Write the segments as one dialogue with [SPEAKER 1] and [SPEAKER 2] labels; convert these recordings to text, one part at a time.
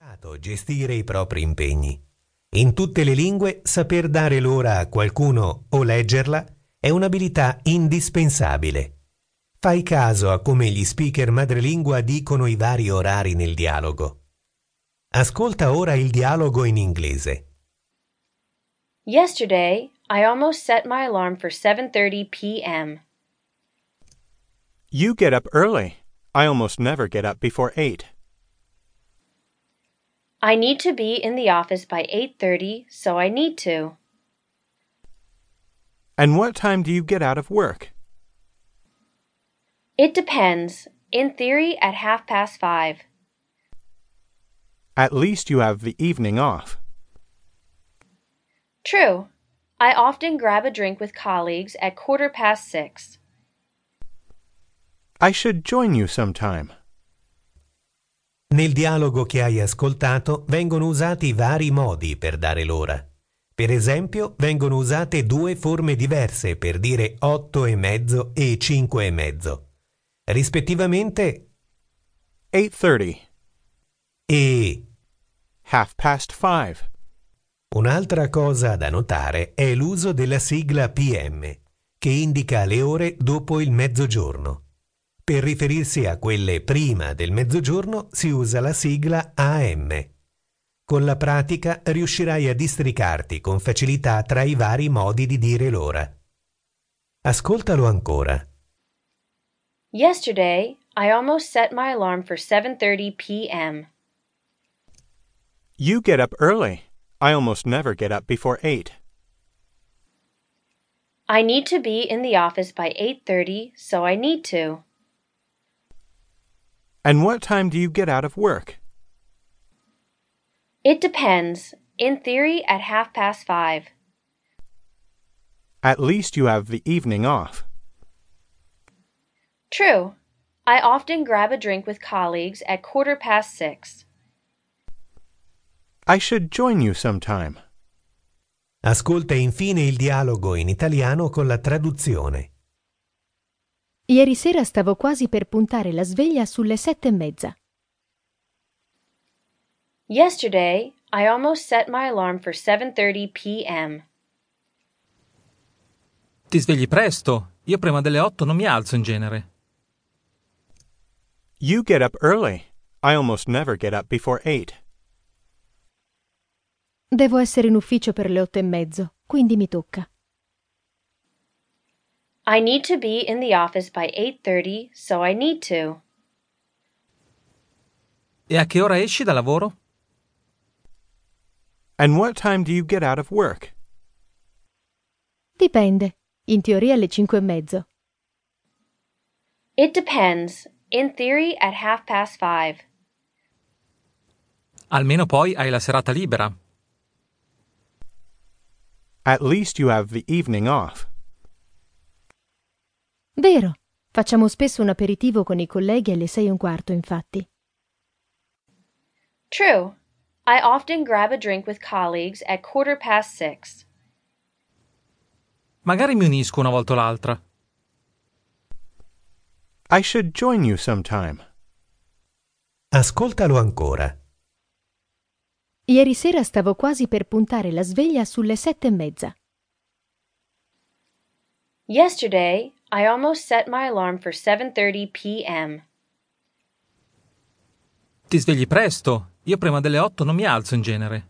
[SPEAKER 1] impegnato, gestire i propri impegni. In tutte le lingue saper dare l'ora a qualcuno o leggerla è un'abilità indispensabile. Fai caso a come gli speaker madrelingua dicono i vari orari nel dialogo. Ascolta ora il dialogo in inglese.
[SPEAKER 2] Yesterday, I almost set my alarm for 7:30 p.m.
[SPEAKER 3] You get up early. I almost never get up before 8.
[SPEAKER 2] I need to be in the office by 8:30, so I need to.
[SPEAKER 3] And what time do you get out of work?
[SPEAKER 2] It depends. In theory, at half past 5.
[SPEAKER 3] At least you have the evening off.
[SPEAKER 2] True. I often grab a drink with colleagues at quarter past 6.
[SPEAKER 3] I should join you sometime.
[SPEAKER 1] Nel dialogo che hai ascoltato vengono usati vari modi per dare l'ora. Per esempio, vengono usate due forme diverse per dire otto e mezzo e cinque e mezzo. Rispettivamente
[SPEAKER 3] 8:30,
[SPEAKER 1] e
[SPEAKER 3] half past 5.
[SPEAKER 1] Un'altra cosa da notare è l'uso della sigla PM, che indica le ore dopo il mezzogiorno. Per riferirsi a quelle prima del mezzogiorno si usa la sigla AM. Con la pratica riuscirai a districarti con facilità tra i vari modi di dire l'ora. Ascoltalo ancora.
[SPEAKER 2] Yesterday, I almost set my alarm for 7:30 p.m.
[SPEAKER 3] You get up early. I almost never get up before 8.
[SPEAKER 2] I need to be in the office by 8:30, so I need to.
[SPEAKER 3] And what time do you get out of work?
[SPEAKER 2] It depends. In theory, at half past 5.
[SPEAKER 3] At least you have the evening off.
[SPEAKER 2] True. I often grab a drink with colleagues at quarter past 6.
[SPEAKER 3] I should join you sometime.
[SPEAKER 1] Ascolta infine il dialogo in italiano con la traduzione.
[SPEAKER 4] Ieri sera stavo quasi per puntare la sveglia sulle sette e mezza.
[SPEAKER 2] Yesterday, I almost set my alarm for 7:30 p.m.
[SPEAKER 5] Ti svegli presto? Io prima delle 8 non mi alzo in genere.
[SPEAKER 3] You get up early. I almost never get up before 8.
[SPEAKER 4] Devo essere in ufficio per le otto e mezzo, quindi mi tocca.
[SPEAKER 2] I need to be in the office by 8:30, so I need to.
[SPEAKER 5] E a che ora esci da lavoro?
[SPEAKER 3] And what time do you get out of work?
[SPEAKER 4] Dipende. In teoria alle cinque e mezzo.
[SPEAKER 2] It depends. In theory, at half past 5.
[SPEAKER 5] Almeno poi hai la serata libera.
[SPEAKER 3] At least you have the evening off.
[SPEAKER 4] Vero. Facciamo spesso un aperitivo con i colleghi alle sei e un quarto, infatti.
[SPEAKER 2] True. I often grab a drink with colleagues at quarter past 6.
[SPEAKER 5] Magari mi unisco una volta o l'altra.
[SPEAKER 3] I should join you sometime.
[SPEAKER 1] Ascoltalo ancora.
[SPEAKER 4] Ieri sera stavo quasi per puntare la sveglia sulle sette e mezza.
[SPEAKER 2] Yesterday, I almost set my alarm for 7:30 p.m.
[SPEAKER 5] Ti svegli presto? Io prima delle 8 non mi alzo in genere.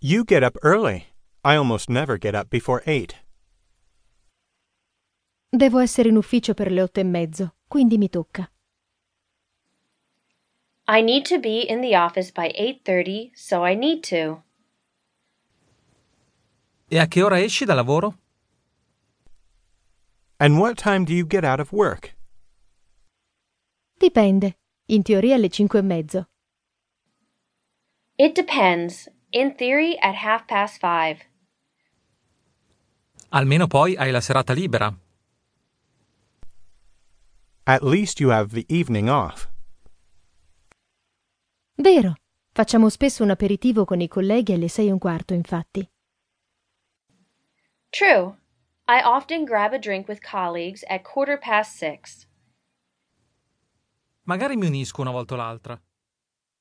[SPEAKER 3] You get up early. I almost never get up before 8.
[SPEAKER 4] Devo essere in ufficio per le otto e mezzo, quindi mi tocca.
[SPEAKER 2] I need to be in the office by 8:30, so I need to.
[SPEAKER 5] E a che ora esci da lavoro?
[SPEAKER 3] And what time do you get out of work?
[SPEAKER 4] Dipende. In teoria alle cinque e mezzo.
[SPEAKER 2] It depends. In theory, at half past 5.
[SPEAKER 5] Almeno poi hai la serata libera.
[SPEAKER 3] At least you have the evening off.
[SPEAKER 4] Vero. Facciamo spesso un aperitivo con i colleghi alle sei e un quarto, infatti.
[SPEAKER 2] True. I often grab a drink with colleagues at quarter past 6.
[SPEAKER 5] Magari mi unisco una volta o l'altra.